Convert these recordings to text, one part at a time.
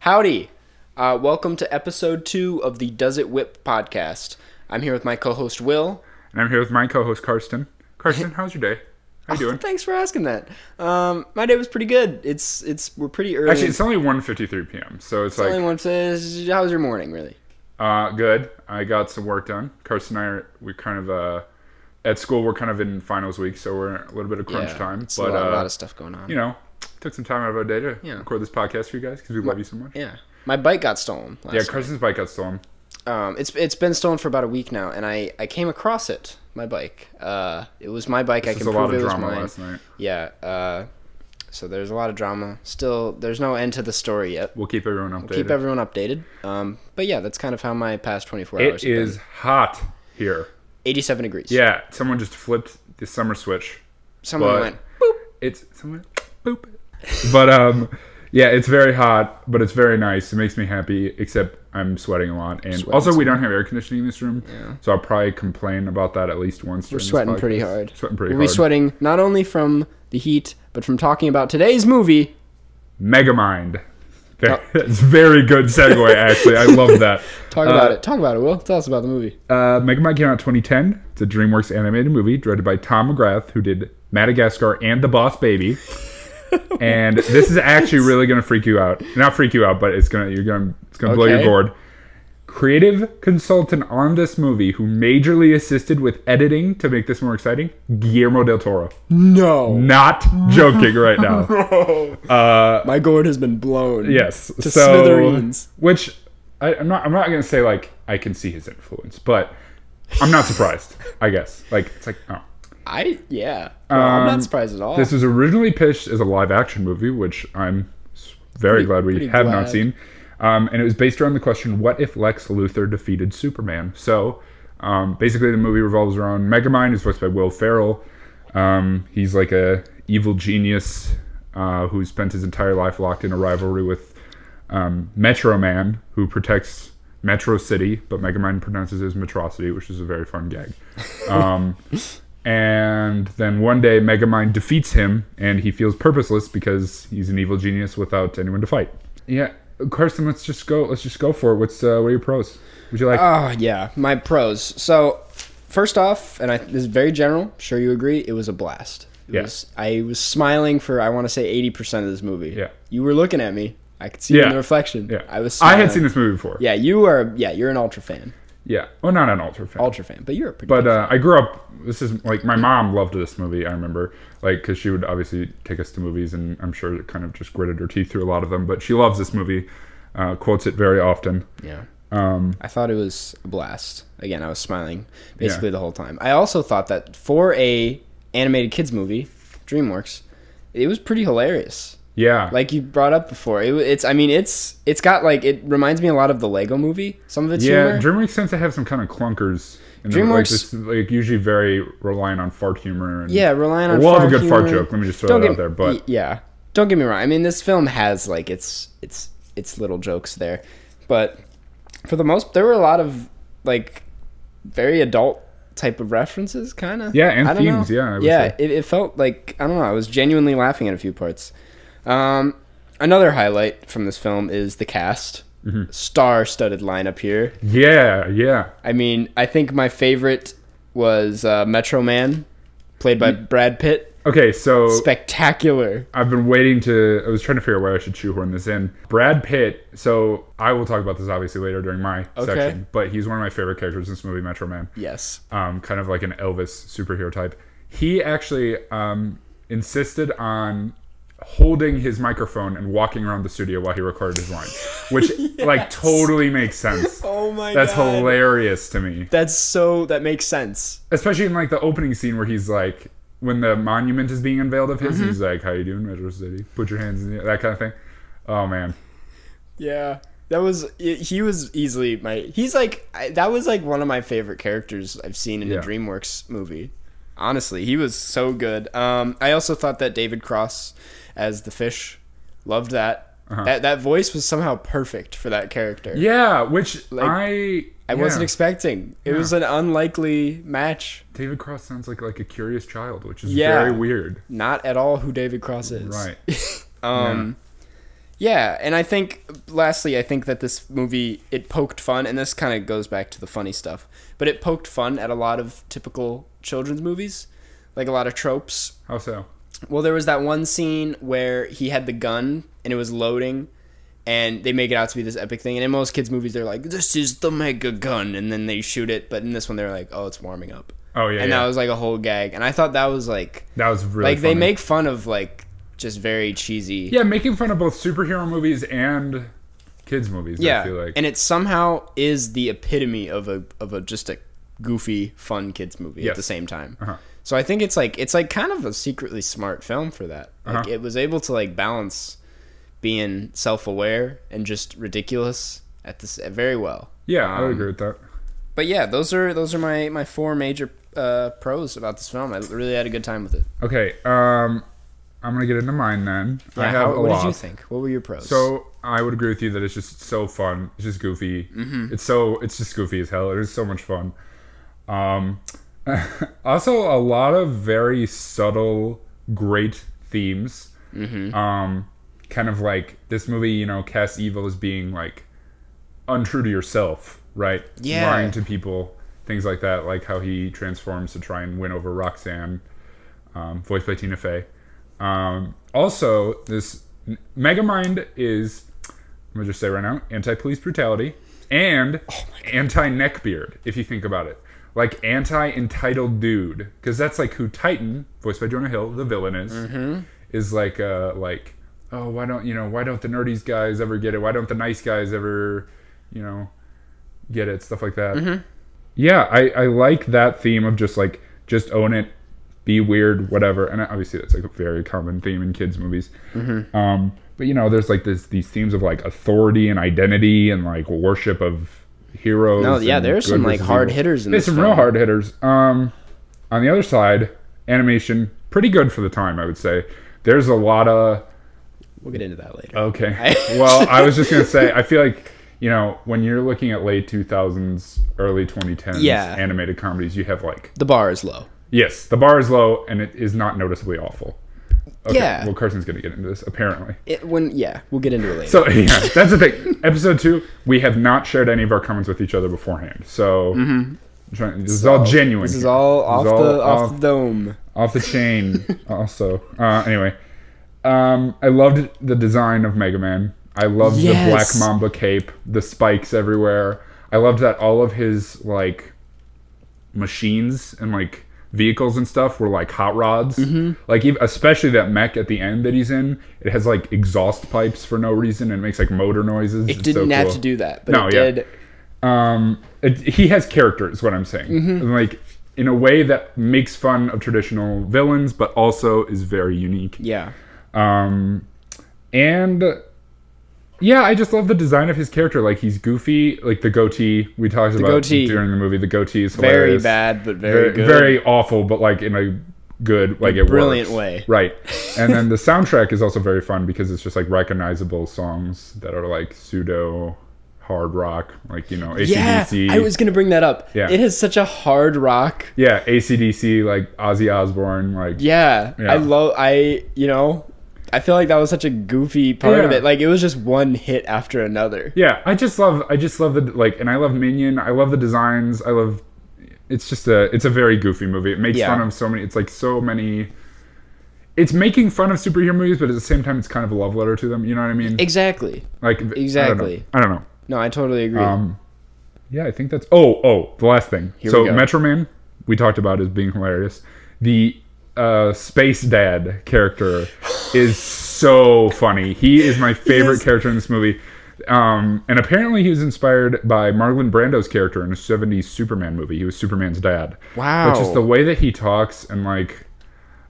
Howdy! Uh, welcome to episode two of the Does It Whip podcast. I'm here with my co host Will. And I'm here with my co-host Karsten. Karsten, how's your day? How you doing? Thanks for asking that. Um, my day was pretty good. It's it's we're pretty early. Actually, it's only 1.53 p.m., so it's only like, one says, "How's your morning?" Really. uh, good. I got some work done. Karsten and I, are, we kind of, uh, at school, we're kind of in finals week, so we're a little bit of crunch Yeah, time. it's But, a, lot, a uh, lot of stuff going on. you know, took some time out of our day to Yeah. record this podcast for you guys because we love you so much. yeah, my bike got stolen. Last Yeah, Karsten's bike got stolen. um, it's it's been stolen for about a week now, and I I came across it. My bike. Uh, it was my bike. I There's can a prove lot it of was drama mine. last night. Yeah. Uh, so there's a lot of drama. Still, there's no end to the story yet. We'll keep everyone updated. Keep everyone updated. Um, but yeah, that's kind of how my past 24 hours it have is been. hot here. 87 degrees. Yeah, someone just flipped the summer switch. Someone but- went boop. it's someone boop. But um, yeah, it's very hot, but it's very nice. It makes me happy. Except I'm sweating a lot, and also we don't have air conditioning in this room, so I'll probably complain about that at least once. We're sweating pretty hard. Sweating pretty We'll be hard. sweating not only from the heat, but from talking about today's movie. Megamind. Oh. It's very good segue. Actually, I love that. Talk about it. Talk about it, Will. Tell us about the movie. Uh, Megamind came out in 2010. It's a DreamWorks animated movie directed by Tom McGrath, who did Madagascar and The Boss Baby. and this is actually really gonna freak you out. Not freak you out, but it's gonna you're gonna it's gonna blow your Okay. gourd. Creative consultant on this movie, who majorly assisted with editing to make this more exciting, Guillermo del Toro. No. Not joking right now. My gourd has been blown. Uh, Yes, To so smithereens. which I, I'm not. I'm not gonna say like I can see his influence, but I'm not surprised. I guess like it's like oh. I yeah. No, I'm Um, not surprised at all. This was originally pitched as a live action movie, which I'm s- very glad we pretty have glad. not seen. Um, and it was based around the question what if Lex Luthor defeated Superman? So um, basically, the movie revolves around Megamind, who's voiced by Will Ferrell. Um, he's like a evil genius uh, who spent his entire life locked in a rivalry with um, Metro Man, who protects Metro City, but Megamind pronounces it as Metrocity, which is a very fun gag. Um, and then one day, Megamind defeats him, and he feels purposeless because he's an evil genius without anyone to fight. Yeah, Carson, let's just go. Let's just go for it. What's uh, what are your pros? Would you like? Oh yeah, my pros. So first off, and I, this is very general. I'm sure you agree. It was a blast. It Yeah. was, I was smiling for I want to say eighty percent of this movie. Yeah. You were looking at me. I could see you in Yeah. the reflection. yeah, I was. I Smiling. had seen this movie before. Yeah, you are. Yeah, you're an ultra fan. yeah. Well, not an ultra fan. Ultra fan, but you're a pretty. But uh, I grew up. This is like my mom loved this movie. I remember, like, because she would obviously take us to movies, and I'm sure it kind of just gritted her teeth through a lot of them. But she loves this movie, uh, quotes it very often. yeah. Um, I thought it was a blast. Again, I was smiling basically the whole time. I also thought that for a animated kids movie, DreamWorks, it was pretty hilarious. yeah, like you brought up before. It, it's I mean it's it's got like it reminds me a lot of the Lego Movie. Some of its yeah. humor. DreamWorks tends to have some kind of clunkers. In them, like, DreamWorks- this- like usually very relying on fart humor. And, yeah, relying on we'll have fart a good fart humor. joke. Let me just throw Don't that get out there. But y- yeah, don't get me wrong. I mean this film has like its its its little jokes there, but for the most there were a lot of like very adult type of references, kind of. Yeah, and I don't know. themes, yeah, I would yeah. say. It, it felt like I don't know. I was genuinely laughing at a few parts. Um, another highlight from this film is the cast. Mm-hmm. Star-studded lineup here. yeah, yeah, I mean, I think my favorite was uh, Metro Man, played by Mm-hmm. Brad Pitt. okay. So Oh. Spectacular. I've been waiting to. I was trying to figure out where I should shoehorn this in. Brad Pitt. So I will talk about this obviously later during my Okay. section, but he's one of my favorite characters in this movie, Metro Man. Yes. Um, kind of like an Elvis superhero type. He actually um, insisted on holding his microphone and walking around the studio while he recorded his lines, which like totally makes sense. Oh my That's hilarious to me That's so. That makes sense. especially in like the opening scene where he's like when the monument is being unveiled of Mm-hmm. his he's like how you doing metro city put your hands in the air that kind of thing oh man Yeah. That was. i- He was easily my. He's like. I, that was like one of my favorite characters I've seen in Yeah. a DreamWorks movie. Honestly, he was so good. Um, I also thought that David Cross as the fish, loved that. That that voice was somehow perfect for that character. Uh-huh. yeah which i I wasn't yeah. expecting. It was an unlikely match. david cross sounds like like a curious child which is Yeah. very weird Not at all who David Cross is. right Um, Yeah, and I think lastly, I think that this movie it poked fun, and this kind of goes back to the funny stuff, but it poked fun at a lot of typical children's movies, like a lot of tropes. How so? Well, there was that one scene where he had the gun and it was loading, and they make it out to be this epic thing. And in most kids' movies, they're like, "This is the mega gun," and then they shoot it. But in this one, they're like, "Oh, it's warming up," Oh yeah, and yeah. that was like a whole gag. And I thought that was like, That was really like they funny. make fun of like just very cheesy. yeah making fun of both superhero movies and kids movies. Yeah, I feel like and it somehow is the epitome of a of a just a goofy, fun kids movie at Yes. the same time. Uh-huh. So I think it's like it's like kind of a secretly smart film for that. Like Uh-huh. it was able to like balance being self aware and just ridiculous at this very well. yeah, I would Um, agree with that. But yeah, those are those are my my four major uh, pros about this film. I really had a good time with it. Okay, um, I'm gonna get into mine then. I Yeah, have how- a what lot. did you think? What were your pros? So I would agree with you that it's just so fun. It's just goofy. It's so it's just goofy as hell. It is so much fun. Um, also a lot of very subtle, great themes. Um, kind of like this movie, you know, casts evil as being like untrue to yourself, right? Yeah. lying to people, things like that. Like how he transforms to try and win over Roxanne, um, voiced by Tina Fey. Um, also, this Megamind is, I'm gonna just say right now, anti-police brutality and anti-neckbeard. If you think about it, like anti-entitled dude, because that's like who Titan, voiced by Jonah Hill, the villain is, is like, uh, like, oh, why don't you know? Why don't the nerdies guys ever get it? Why don't the nice guys ever, you know, get it? Stuff like that. Mm-hmm. Yeah, I I like that theme of just like just own it, be weird, whatever. And obviously that's like a very common theme in kids movies. Mm-hmm. Um, but you know, there's like this these themes of like authority and identity and like worship of heroes. No, Oh, yeah, and there are good some, like, versus hard evil. hitters in There's this some film. real hard hitters. Um, on the other side, animation pretty good for the time, I would say. There's a lot of we'll get into that later. Okay. well, I was just gonna say, I feel like you know when you're looking at late 2000s, early 2010s Yeah. animated comedies, you have like the bar is low. yes, the bar is low and it is not noticeably awful. Okay, Yeah. Well, Carson's gonna get into this apparently. It, when yeah, we'll get into it later. So yeah, that's the thing. Episode two, we have not shared any of our comments with each other beforand, so. I'm trying- This is all genuine. Mm-hmm. This is here. all off This is the all off, the dome. off the chain also uh, anyway um, i loved the design of mega man i loved the black Yes. mamba cape the spikes everywhere i loved that all of his like machines and like vehicles and stuff were like hot rods Mm-hmm. like ev- especially that mech at the end that he's in it has like exhaust pipes for no reason and makes like motor noises It didn't have to do that, but No, it yeah. did. um, it, he has character is what I'm saying. Mm-hmm. And, Like in a way that makes fun of traditional villains, but also is very unique. Yeah. Um, and yeah, I just love the design of his character. Like he's goofy, like the goatee we talked about goatee. during the movie. The goatee is Very hilarious. bad, but very, good. very awful, but like in a good, like it brilliant way. works. right? And then the soundtrack is also very fun because it's just like recognizable songs that are like pseudo hard rock, like you know yeah, ACDC. I was gonna bring that up. Yeah. It has such a hard rock. Yeah, ACDC, like Ozzy Osbourne, like Yeah, Yeah. I love. I you know, I feel like that was such a goofy part of Yeah. it. Like it was just one hit after another. yeah. I just love, I just love the like, and I love Minion. I love the designs. I love. It's just a, it's a very goofy movie. It makes Yeah. fun of so many. It's like so many. It's making fun of superhero movies, but at the same time, it's kind of a love letter to them. You know what I mean? Exactly. Like I don't know. exactly. I don't know. No, I totally agree. Um, yeah, I think that's. Oh, oh, the last thing. so we go. Metro Man, we talked about as being hilarious. The uh, Space Dad character is so funny. He is my favorite Yes. character in this movie. Um, and apparently, he was inspired by Marlon Brando's character in a '70s Superman movie. He was Superman's dad. Wow. But just the way that he talks and like,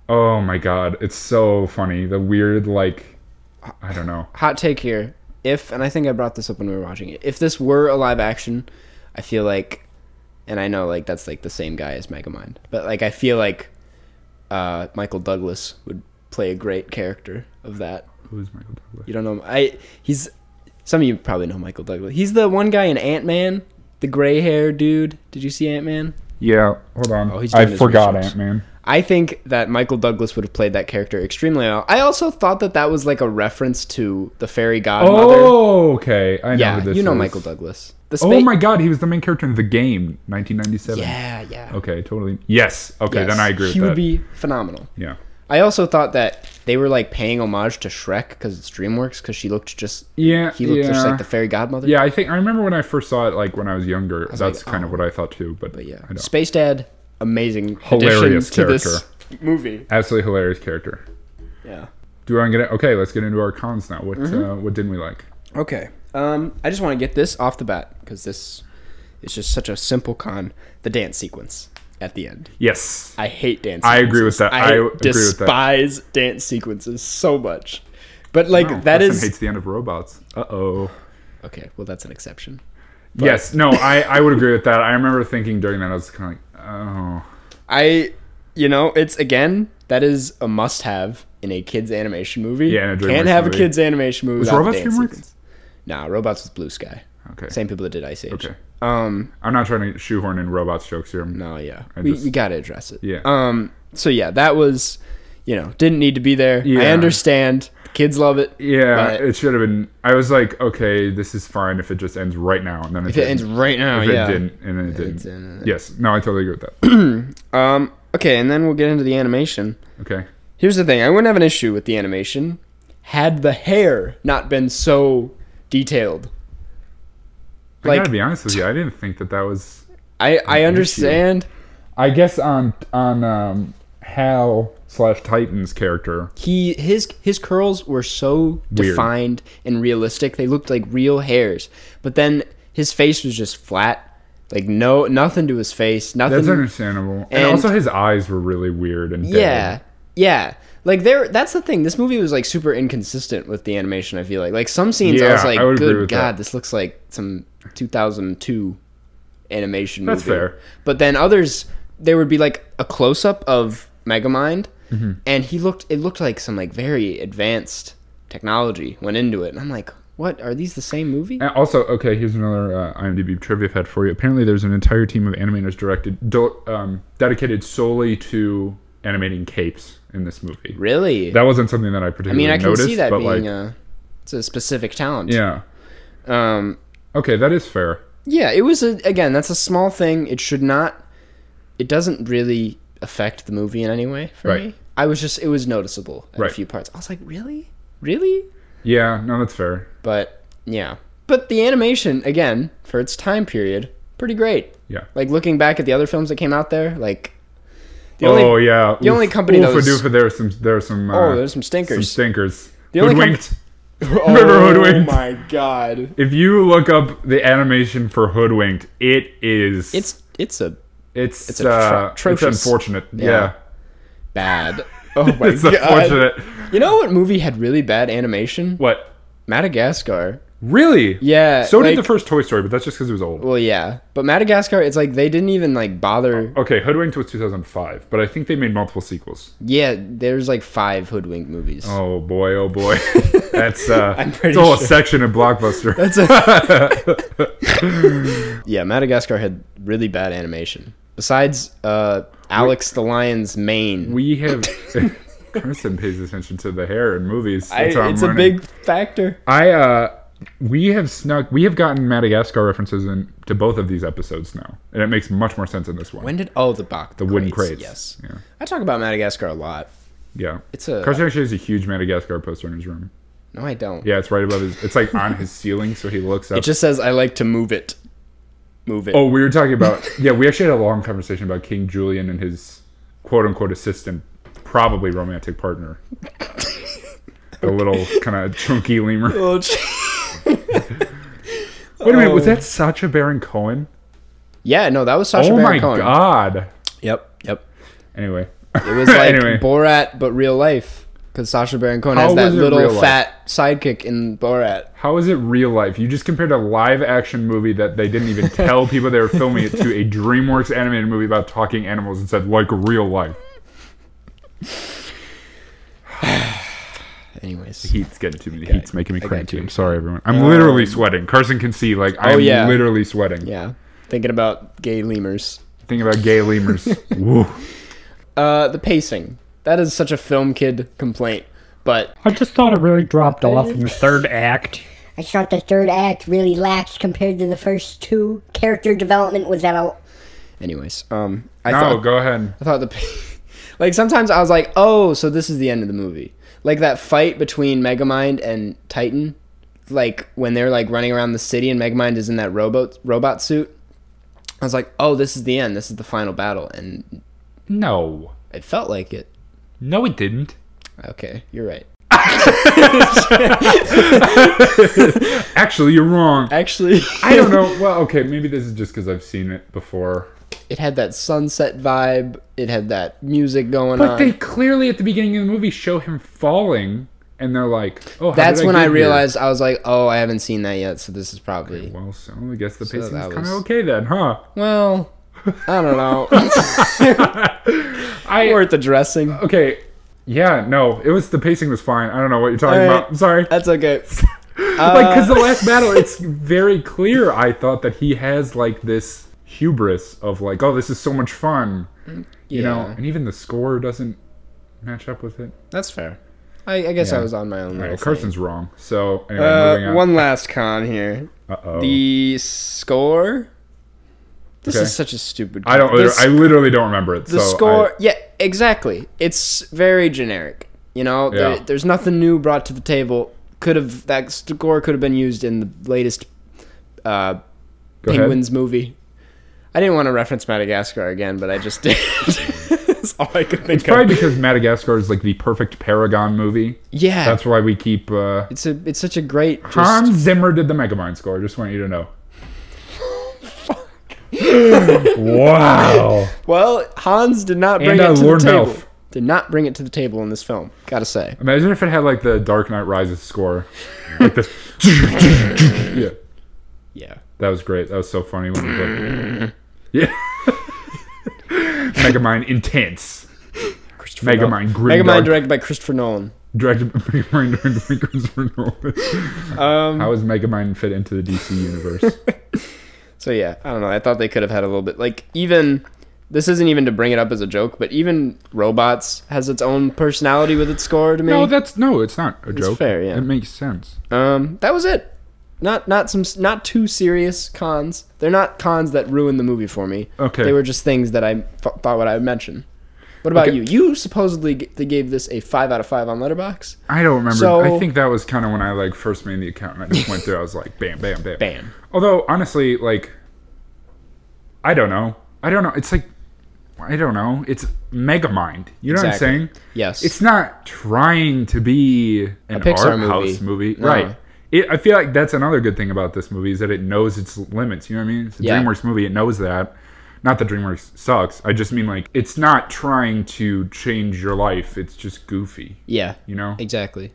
oh my god, it's so funny. The weird like, I don't know. Hot take here. If and I think I brought this up when we were watching it. If this were a live action, I feel like, and I know like that's like the same guy as Megamind, but like I feel like uh, Michael Douglas would play a great character of that. Who's Michael Douglas? You don't know. I he's some of you probably know Michael Douglas. He's the one guy in Ant Man, the gray hair dude. Did you see Ant Man? Yeah, hold on. Oh, he's doing I his forgot research. Ant Man. I think that Michael Douglas would have played that character extremely well. I also thought that that was like a reference to the fairy godmother. Oh, okay. I know yeah, who this you know is. Michael Douglas. The Oh spa- my God, he was the main character in the game, 1997. Yeah, yeah. Okay, totally. Yes. Okay, then I agree with He that. would be phenomenal. yeah. I also thought that they were like paying homage to Shrek because it's DreamWorks because she looked just Yeah. he looked yeah. just like the fairy godmother. Yeah, I think I remember when I first saw it, like when I was younger. that's like, kind oh. of what I thought too. But, but yeah, I don't. Space Dad, amazing, Hilarious addition to this movie. absolutely hilarious character. Yeah. Do I get it? Okay, let's get into our cons now. What Mm-hmm. uh, what didn't we like? Okay. Um, I just want to get this off the bat because this is just such a simple con. The dance sequence at the end. Yes, I hate dance. I sequences. agree with that. I agree with that. despise dance sequences so much. But like that is Oh, hates the end of robots. Uh oh. okay. Well, that's an exception. Yes, no, I I would agree with that. I remember thinking during that I was kind of like, oh, I, you know, it's again that is a must-have in a kids animation movie. Yeah, in a can't DreamWorks have movie. a kids animation movie. was without robots a dance DreamWorks? sequence. Nah, robots was Blue Sky. Okay. Same people that did Ice Age. Okay. Um. I'm not trying to shoehorn in robots jokes here. No. Yeah. I we, just- we gotta address it. Yeah. Um. So yeah, that was, you know, didn't need to be there. I Yeah. understand. Kids love it. Yeah, But- it should have been. I was like, okay, this is fine if it just ends right now, and then it If it ends right now, if it yeah. didn't, and then it didn't. didn't. Yes, no, I totally agree with that. Um. Okay, and then we'll get into the animation. Okay, Here's the thing: I wouldn't have an issue with the animation had the hair not been so detailed. I Like gotta be honest with you, I didn't think that that was. I, I understand I guess on on um, Hal slash Titan's character. he his his curls were so Weird. defined and realistic; they looked like real hairs. But then his face was just flat, like no nothing to his face, nothing. That's understandable, and, And- also his eyes were really weird and yeah, dead. yeah. Like there, that's the thing. This movie was like super inconsistent with the animation. I feel like like some scenes I Yeah, was like, I would agree "Good with God, that. this looks like some 2002 animation That's movie." fair. But then others, there would be like a close up of Megamind, Mm-hmm. and he looked. It looked like some like very advanced technology went into it, and I'm like, "What are these the same movie?" And also, okay, here's another uh, IMDb trivia fact for you. Apparently, there's an entire team of animators directed, do, um, dedicated solely to animating capes in this movie. really? That wasn't something that I I particularly mean, I can noticed, see that but being like, a it's a specific talent. yeah, Um, okay, that is fair. Yeah, it was a, again. That's a small thing. It should not. It doesn't really affect the movie in any way for Right. me. I was just it was noticeable at Right. a few parts. I was like, really, really, Yeah, no, that's fair. but yeah. But the animation again for its time period, pretty great. Yeah. Like looking back at the other films that came out there, like the oh only yeah, the only company that oofa was- doofa, there are some there are some uh, oh, there's some some stinkers. stinkers. The only com- Hoodwinked. Remember oh Hoodwinked? my god, if you look up the animation for Hoodwinked, it is it's it's a it's a tro- uh, it's atrocious. unfortunate. Yeah, bad. Oh my it's god. unfortunate. You know what movie had really bad animation? What? Madagascar. Really? Yeah. So did like- the first Toy Story, but that's just because it was old. Well, yeah, but Madagascar, it's like they didn't even like bother. Okay, Hoodwinked was 2005, but I think they made multiple sequels. Yeah, there's like five hoodwink movies. Oh boy, oh boy, that's uh, I'm pretty it's a whole sure. section of blockbuster. That's a- yeah, Madagascar had really bad animation. Besides, uh, Alex the Lion's mane. We have. Carson pays attention to the hair in movies. I- That's how I'm it's a learning. big factor. I uh, we have snuck. We have gotten Madagascar references in to both of these episodes now, and it makes much more sense in this one. When did oh the Bach the, the wooden crates. Yes, Yeah. I talk about Madagascar a lot. Yeah. It's a Carson actually has a huge Madagascar poster in his room. no, I don't. Yeah, it's right above his. It's like on his ceiling, so he looks up. It just says I like to move it, move it. oh, we were talking about. Yeah, we actually had a long conversation about King Julian and his quote unquote assistant, probably romantic partner. A little kind of chunky lemur. Oh, gee. Wait a minute, was Oh. that Sacha Baron Cohen? yeah, no, that was Sasha oh Baron my Cohen. god. Yep, yep. Anyway. It was like anyway. Borat, but real life. Because Sasha Baron Cohen How has that was it little real life? fat sidekick in Borat. How is it real life? You just compared a live action movie that they didn't even tell people they were filming it to a DreamWorks animated movie about talking animals and said, like real life. Anyways. Heat's getting to me. The heat's making me got cranky. you. Oh, I'm sorry, everyone. I'm literally sweating. Carson can see, like, I'm yeah. literally sweating. Yeah. Thinking about gay lemurs. thing about gay lemurs. Woo. Uh, the pacing. That is such a film kid complaint. But I just thought it really dropped off in the third act. I thought the third act really lacked compared to the first two. Character development was at a anyways, um, I No, thought Oh, go ahead. I thought the pa- like sometimes I was like, oh, so this is the end of the movie. Like that fight between Megamind and Titan, like when they're like running around the city and Megamind is in that robot robot suit. I was like, oh, this is the end. This is the final battle, and No. it felt like it. No, it didn't. Okay, you're right. Actually, you're wrong. Actually, I don't know. Well, okay, maybe this is just because I've seen it before. it had that sunset vibe. It had that music going But on. they clearly at the beginning of the movie show him falling, and they're like, "Oh, how That's did when get I here? realized I was like, oh, I haven't seen that yet, so this is probably Well, so I guess the pacing's that kind of was- okay then, huh? well. I don't know. I Worth addressing. okay. Yeah, no, it was the pacing was fine. I don't know what you're talking Alright. about. I'm sorry. That's okay. like because Uh, the last battle it's very clear i thought that he has like this hubris of like oh this is so much fun you know Yeah. and even the score doesn't match up with it That's fair. I, I guess Yeah. I was on my own. Alright, Little thing. carson's wrong so anyway moving Uh, on Oh. one last con here. Uh-oh. The score. This Okay. is such a stupid. Con. i don't The, i literally don't remember it the so I- score. yeah, exactly. It's very generic. You know, there, Yeah. there's nothing new brought to the table. Could have that score could have been used in the latest uh, go ahead. Penguins movie. I didn't want to reference Madagascar again, but I just did. That's all I could think probably of. because madagascar is like the perfect paragon movie Yeah, that's why we keep uh it's a it's such a great. just- Hans Zimmer did the Megamind score. I just want you to know. wow. Well, Hans did not bring And, uh, it to Lord the table. Melf. Did not bring it to the table in this film. Gotta say. Imagine if it had like the Dark Knight Rises score. Like this. yeah. Yeah. That was great. That was so funny when we played. Yeah. Megamind Intense. Christopher Megamind Grim. Megamind directed by Christopher Nolan. directed by Megamind directed by Christopher Nolan. Um, How does Megamind fit into the DC universe? so yeah, I don't know. I thought they could have had a little bit like even this isn't even to bring it up as a joke, but even robots has its own personality with its score to me. no, that's no, it's not a joke. fair, yeah. It makes sense. um, that was it. Not not some not too serious cons. They're not cons that ruined the movie for me. Okay. They were just things that I f- thought what I would mention. What about Okay. you? You supposedly g- they gave this a five out of five on Letterbox. I don't remember. So- I think that was kind of when I like first made the account and I just went through. I was like, bam, bam, bam, Bam. Although honestly, like, I don't know. I don't know. It's like, I don't know. It's Megamind. You know Exactly. what I'm saying? Yes. It's not trying to be an Pixar art movie. house movie, No. right? It, I feel like that's another good thing about this movie is that it knows its limits. You know what I mean? It's a Yeah. DreamWorks movie. It knows that. Not that DreamWorks sucks. I just mean like it's not trying to change your life. It's just goofy. yeah. You know? Exactly.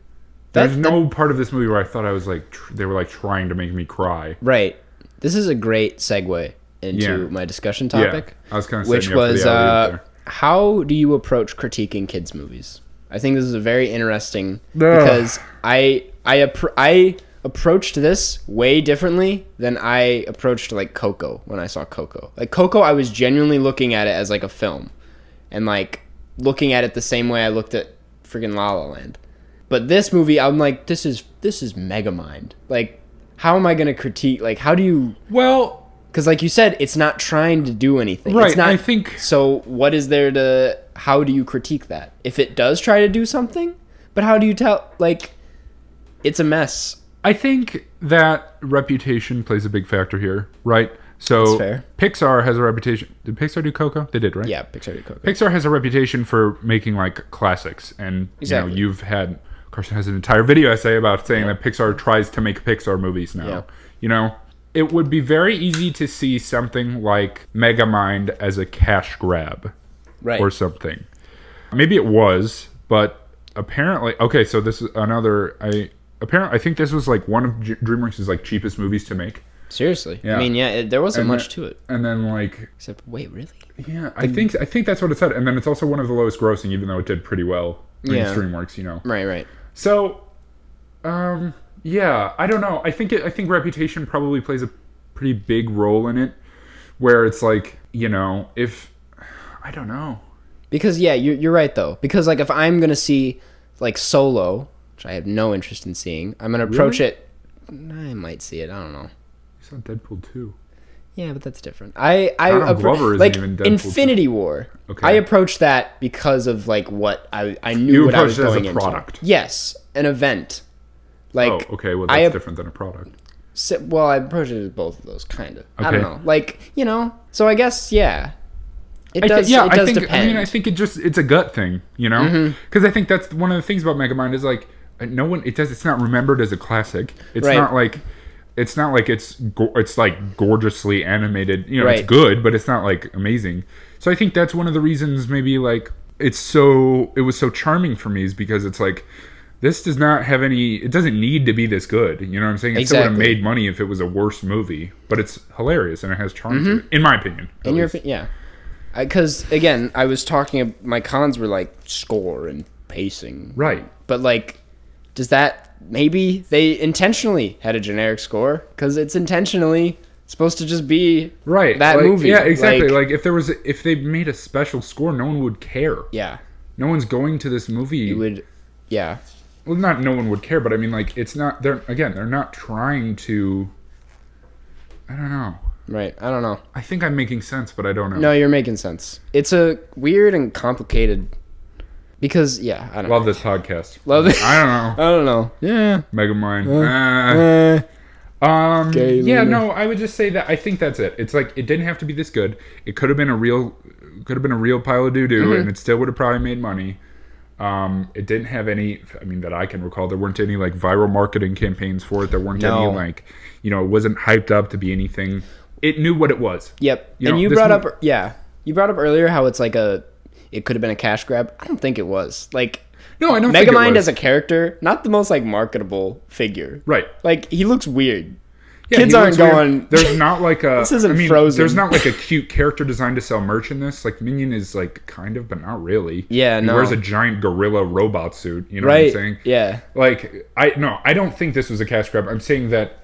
There's That- no part of this movie where I thought I was like tr- they were like trying to make me cry. Right. This is a great segue into Yeah. my discussion Yeah, topic, I was kind of which was uh, how do you approach critiquing kids' movies? I think this is a very interesting because I I appro- I approached this way differently than I approached like Coco when I saw Coco. Like Coco, I was genuinely looking at it as like a film, and like looking at it the same way I looked at freaking La La Land. But this movie, I'm like, this is this is Megamind. Like, how am I gonna critique? Like, how do you? well, Because, like you said, it's not trying to do anything. right. It's not, I think So, what is there to? How do you critique that? If it does try to do something, but how do you tell? Like, it's a mess. I think that reputation plays a big factor here, right? So That's fair. Pixar has a reputation. Did Pixar do Coco? They did, right? Yeah, Pixar did Coco. Pixar has a reputation for making like classics, and Exactly. you know you've had Carson has an entire video essay about saying that Pixar tries to make Pixar movies now. Yeah. You know, it would be very easy to see something like Megamind as a cash grab right. or something. Maybe it was, but apparently, okay. So this is another. I apparently I think this was like one of J- DreamWorks' like cheapest movies to make, Seriously. Yeah. I mean, yeah, it, there wasn't And much the- to it. and then like Except, wait, really? yeah, I think I think that's what it said. And then it's also one of the lowest grossing, even though it did pretty well. Yeah. Yeah. DreamWorks, you know. Right, right. So, um, yeah, I don't know. I think it, I think reputation probably plays a pretty big role in it, where it's like you know, if I don't know. Because yeah, you're you're right though. Because like if I'm gonna see like Solo, which I have no interest in seeing, I'm gonna approach it. I might see it. I don't know. He's on Deadpool too. Yeah, but that's different. I I Donald Glover isn't like even Deadpool, Infinity War. Okay. I approached that because of like what I I knew You what I was approached it as a going into. product. Yes, an event. Like oh, okay. Well, I that's ap- different than a product. si- well, I approached it as both of those kind of. I Okay. don't know. Like you know. So I guess yeah. It I thi- does. it does I think, depend. Mm-hmm. I mean, I think it just it's a gut thing, you know, because I think that's one of the things about Megamind is like uh, no one it does it's not remembered as a classic. It's Right. not like it's not like it's go- it's like gorgeously animated. You know, Right. it's good, but it's not like amazing. So I think that's one of the reasons maybe like it's so it was so charming for me is because it's like this does not have any it doesn't need to be this good you know what i'm saying it still would have Exactly. made money if it was a worse movie but it's hilarious and it has charm to it in my opinion at Mm-hmm. In your least. opinion, yeah. Because again, I was talking. ab- My cons were like score and pacing, right but like, does that maybe they intentionally had a generic score? Because it's intentionally supposed to just be right that like- movie. yeah exactly like, if there was if they made a special score no one would care yeah, no one's going to this movie you would, yeah, well not no one would care but i mean like it's not they're again they're not trying to i don't know right. I don't know. i think i'm making sense but i don't know No, you're making sense. It's a weird and complicated. Because yeah, I don't love know. this podcast Love Uh, it. i don't know I don't know. Yeah. megamind Ah. Eh. Um, Gay yeah, Luna. no, I would just say that I think that's it. It's like it didn't have to be this good. It could have been a real, could have been a real pile of doo doo, Mm-hmm. and it still would have probably made money. Um, it didn't have any. I mean, that I can recall, there weren't any like viral marketing campaigns for it. There weren't No. any like, you know, it wasn't hyped up to be anything. It knew what it was. Yep. You and know, you this brought one- up yeah. You brought up earlier how it's like a it could have been a cash grab. I don't think it was. Like No, I don't. think it Megamind as was. a character, not the most like marketable figure. right. Like he looks weird. Yeah, Kids he aren't looks weird. going- There's not like a. This isn't I mean, Frozen. There's not like a cute character designed to sell merch in this. Like Minion is like kind of, but not really. Yeah, he no. wears a giant gorilla robot suit. You know what I'm Right. saying? Yeah. Like I no, I don't think this was a cash grab. I'm saying that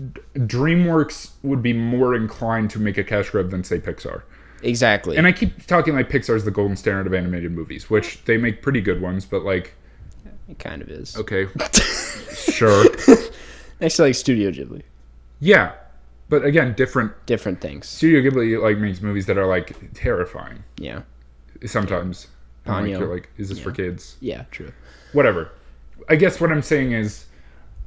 D- DreamWorks would be more inclined to make a cash grab than say Pixar. Exactly. And I keep talking like Pixar's the golden standard of animated movies, which they make pretty good ones, but like it kind of is. okay, sure, Next to like Studio Ghibli. yeah, but again, different. Different things. Studio Ghibli like makes movies that are like terrifying. Yeah. sometimes. And, Ponyo. Like, you're like, is this for kids? Yeah, true. Whatever. I guess what I'm saying is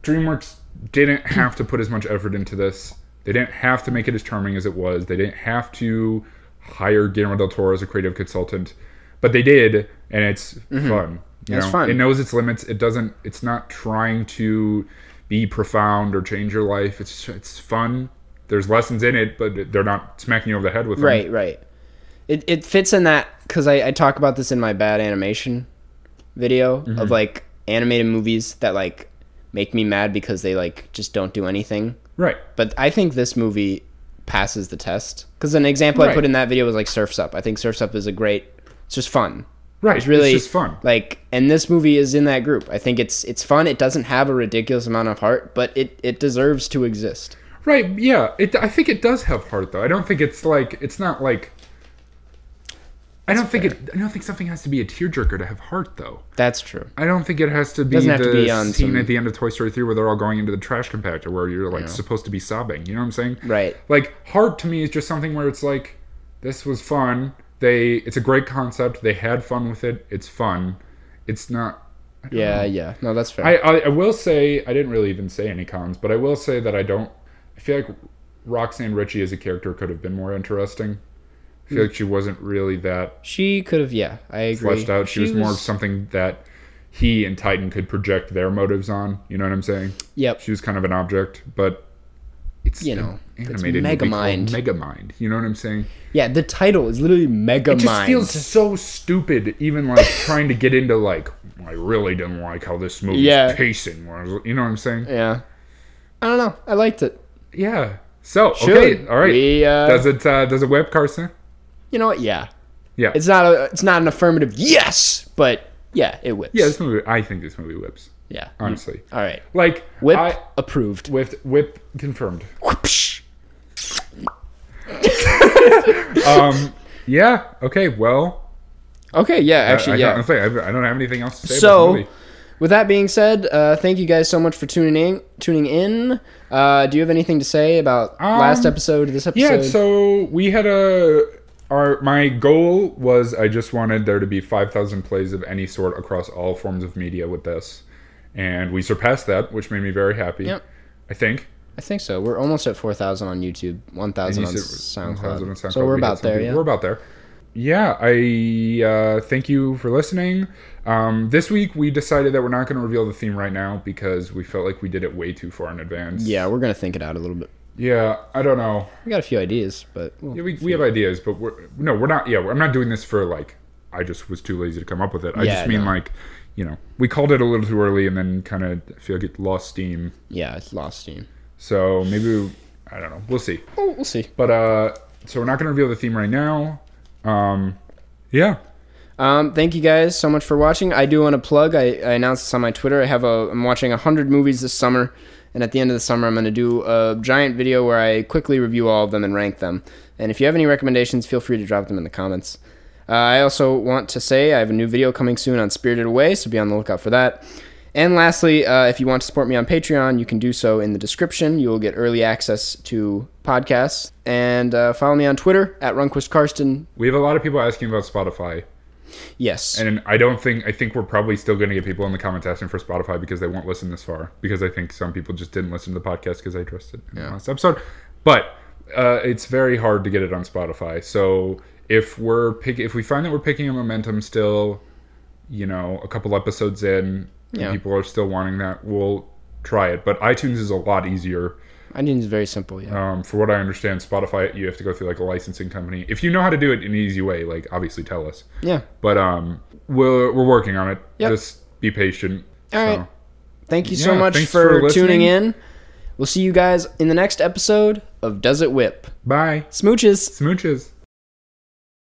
DreamWorks didn't have to put as much effort into this. They didn't have to make it as charming as it was. They didn't have to hire Guillermo del Toro as a creative consultant, but they did, and it's fun. You Mm-hmm. It's fun. It knows its limits. It doesn't. It's not trying to be profound or change your life. It's it's fun. There's lessons in it, but they're not smacking you over the head with them. Right, right. It it fits in that because I, I talk about this in my bad animation video of Mm-hmm. like animated movies that like make me mad because they like just don't do anything. Right. But I think this movie passes the test because an example I Right. put in that video was like Surfs Up. I think Surfs Up is a great. It's just fun. Right. It's really it's just fun. Like, and this movie is in that group. I think it's it's fun. It doesn't have a ridiculous amount of heart, but it it deserves to exist. Right. Yeah. It. I think it does have heart, though. I don't think it's like. It's not like. I don't think it. I don't think something has to be a tearjerker to have heart, though. That's true. I don't think it has to be Doesn't the have to be on scene some- at the end of Toy Story three where they're all going into the trash compactor, where you're like supposed to be sobbing. You know what I'm saying? Right. Like heart to me is just something where it's like, this was fun. They. It's a great concept. They had fun with it. It's fun. It's not. Yeah, yeah. No, that's fair. I, I, I will say I didn't really even say any cons, but I will say that I don't. I feel like Roxanne Ritchie as a character could have been more interesting. I feel like she wasn't really that she could have. Yeah, I Hmm. agree. fleshed out. She, was, more of something that he and Titan could project their motives on. You know what I'm saying? Yep. She was kind of an object, but it's You an know, it's animated movie called Megamind. Megamind. You know what I'm saying? Yeah, the title is literally Mega It just Mind. feels so stupid, even like trying to get into like I really didn't like how this movie's Yeah. pacing was. You know what I'm saying? yeah. I don't know. I liked it. Yeah. So okay, Should all right. we, uh, does it uh, does it web Carson? You know what? Yeah. Yeah. It's not a. It's not an affirmative yes, but yeah, it whips. yeah, this movie. I think this movie whips. Yeah. Honestly, All right. like Hmm. Whip I, approved. whipped, whip confirmed. Whoopsh. um, yeah. Okay. Well, Okay, yeah, actually, I, yeah. Honestly, I, I don't have anything else to say. about the So, movie. with that being said, uh, thank you guys so much for tuning in. Tuning in. Uh, do you have anything to say about Um, last episode? This episode? yeah. So we had a. Our my goal was I just wanted there to be five thousand plays of any sort across all forms of media with this, and we surpassed that, which made me very happy. Yep. I think. I think so. We're almost at four thousand on YouTube, one thousand on You said SoundCloud. 1,000 on So we're We hit about some there. people. Yeah. We're about there. Yeah, I uh, thank you for listening. Um, this week we decided that we're not going to reveal the theme right now because we felt like we did it way too far in advance. yeah, we're gonna think it out a little bit. Yeah, I don't know. We got a few ideas, but we'll- Yeah, we, we have ideas, but we're no, we're not. Yeah, I'm not doing this for like. I just was too lazy to come up with it. I Yeah, just mean no. like, you know, we called it a little too early and then kind of feel like it lost steam. yeah, it's lost steam. So maybe we- I don't know. We'll see. Oh, we'll see. But uh, so we're not going to reveal the theme right now. Um, yeah. Um, thank you guys so much for watching. I do want to plug. I, I announced this on my Twitter. I have a. I'm watching hundred movies this summer, and at the end of the summer, I'm going to do a giant video where I quickly review all of them and rank them. And if you have any recommendations, feel free to drop them in the comments. Uh, I also want to say I have a new video coming soon on Spirited Away, so be on the lookout for that. And lastly, uh, if you want to support me on Patreon, you can do so in the description. You will get early access to podcasts. And uh, follow me on Twitter at Runquist Karsten. We have a lot of people asking about Spotify, Yes. and I don't think I think we're probably still going to get people in the comments asking for Spotify because they won't listen this far. Because I think some people just didn't listen to the podcast because I addressed it in the last episode. But uh, it's very hard to get it on Spotify. So if we're pick, if we find that we're picking a momentum still, you know, a couple episodes in, Yeah. and people are still wanting that, we'll try it. But iTunes is a lot easier. iTunes is very simple, yeah. Um, for what I understand, Spotify you have to go through like a licensing company. If you know how to do it in an easy way, like obviously tell us. Yeah. But um, we're we're working on it. Yep. Just be patient. All right. Thank you so Yeah, much thanks for, for listening. tuning in. We'll see you guys in the next episode of Does It Whip? Bye. Smooches. Smooches.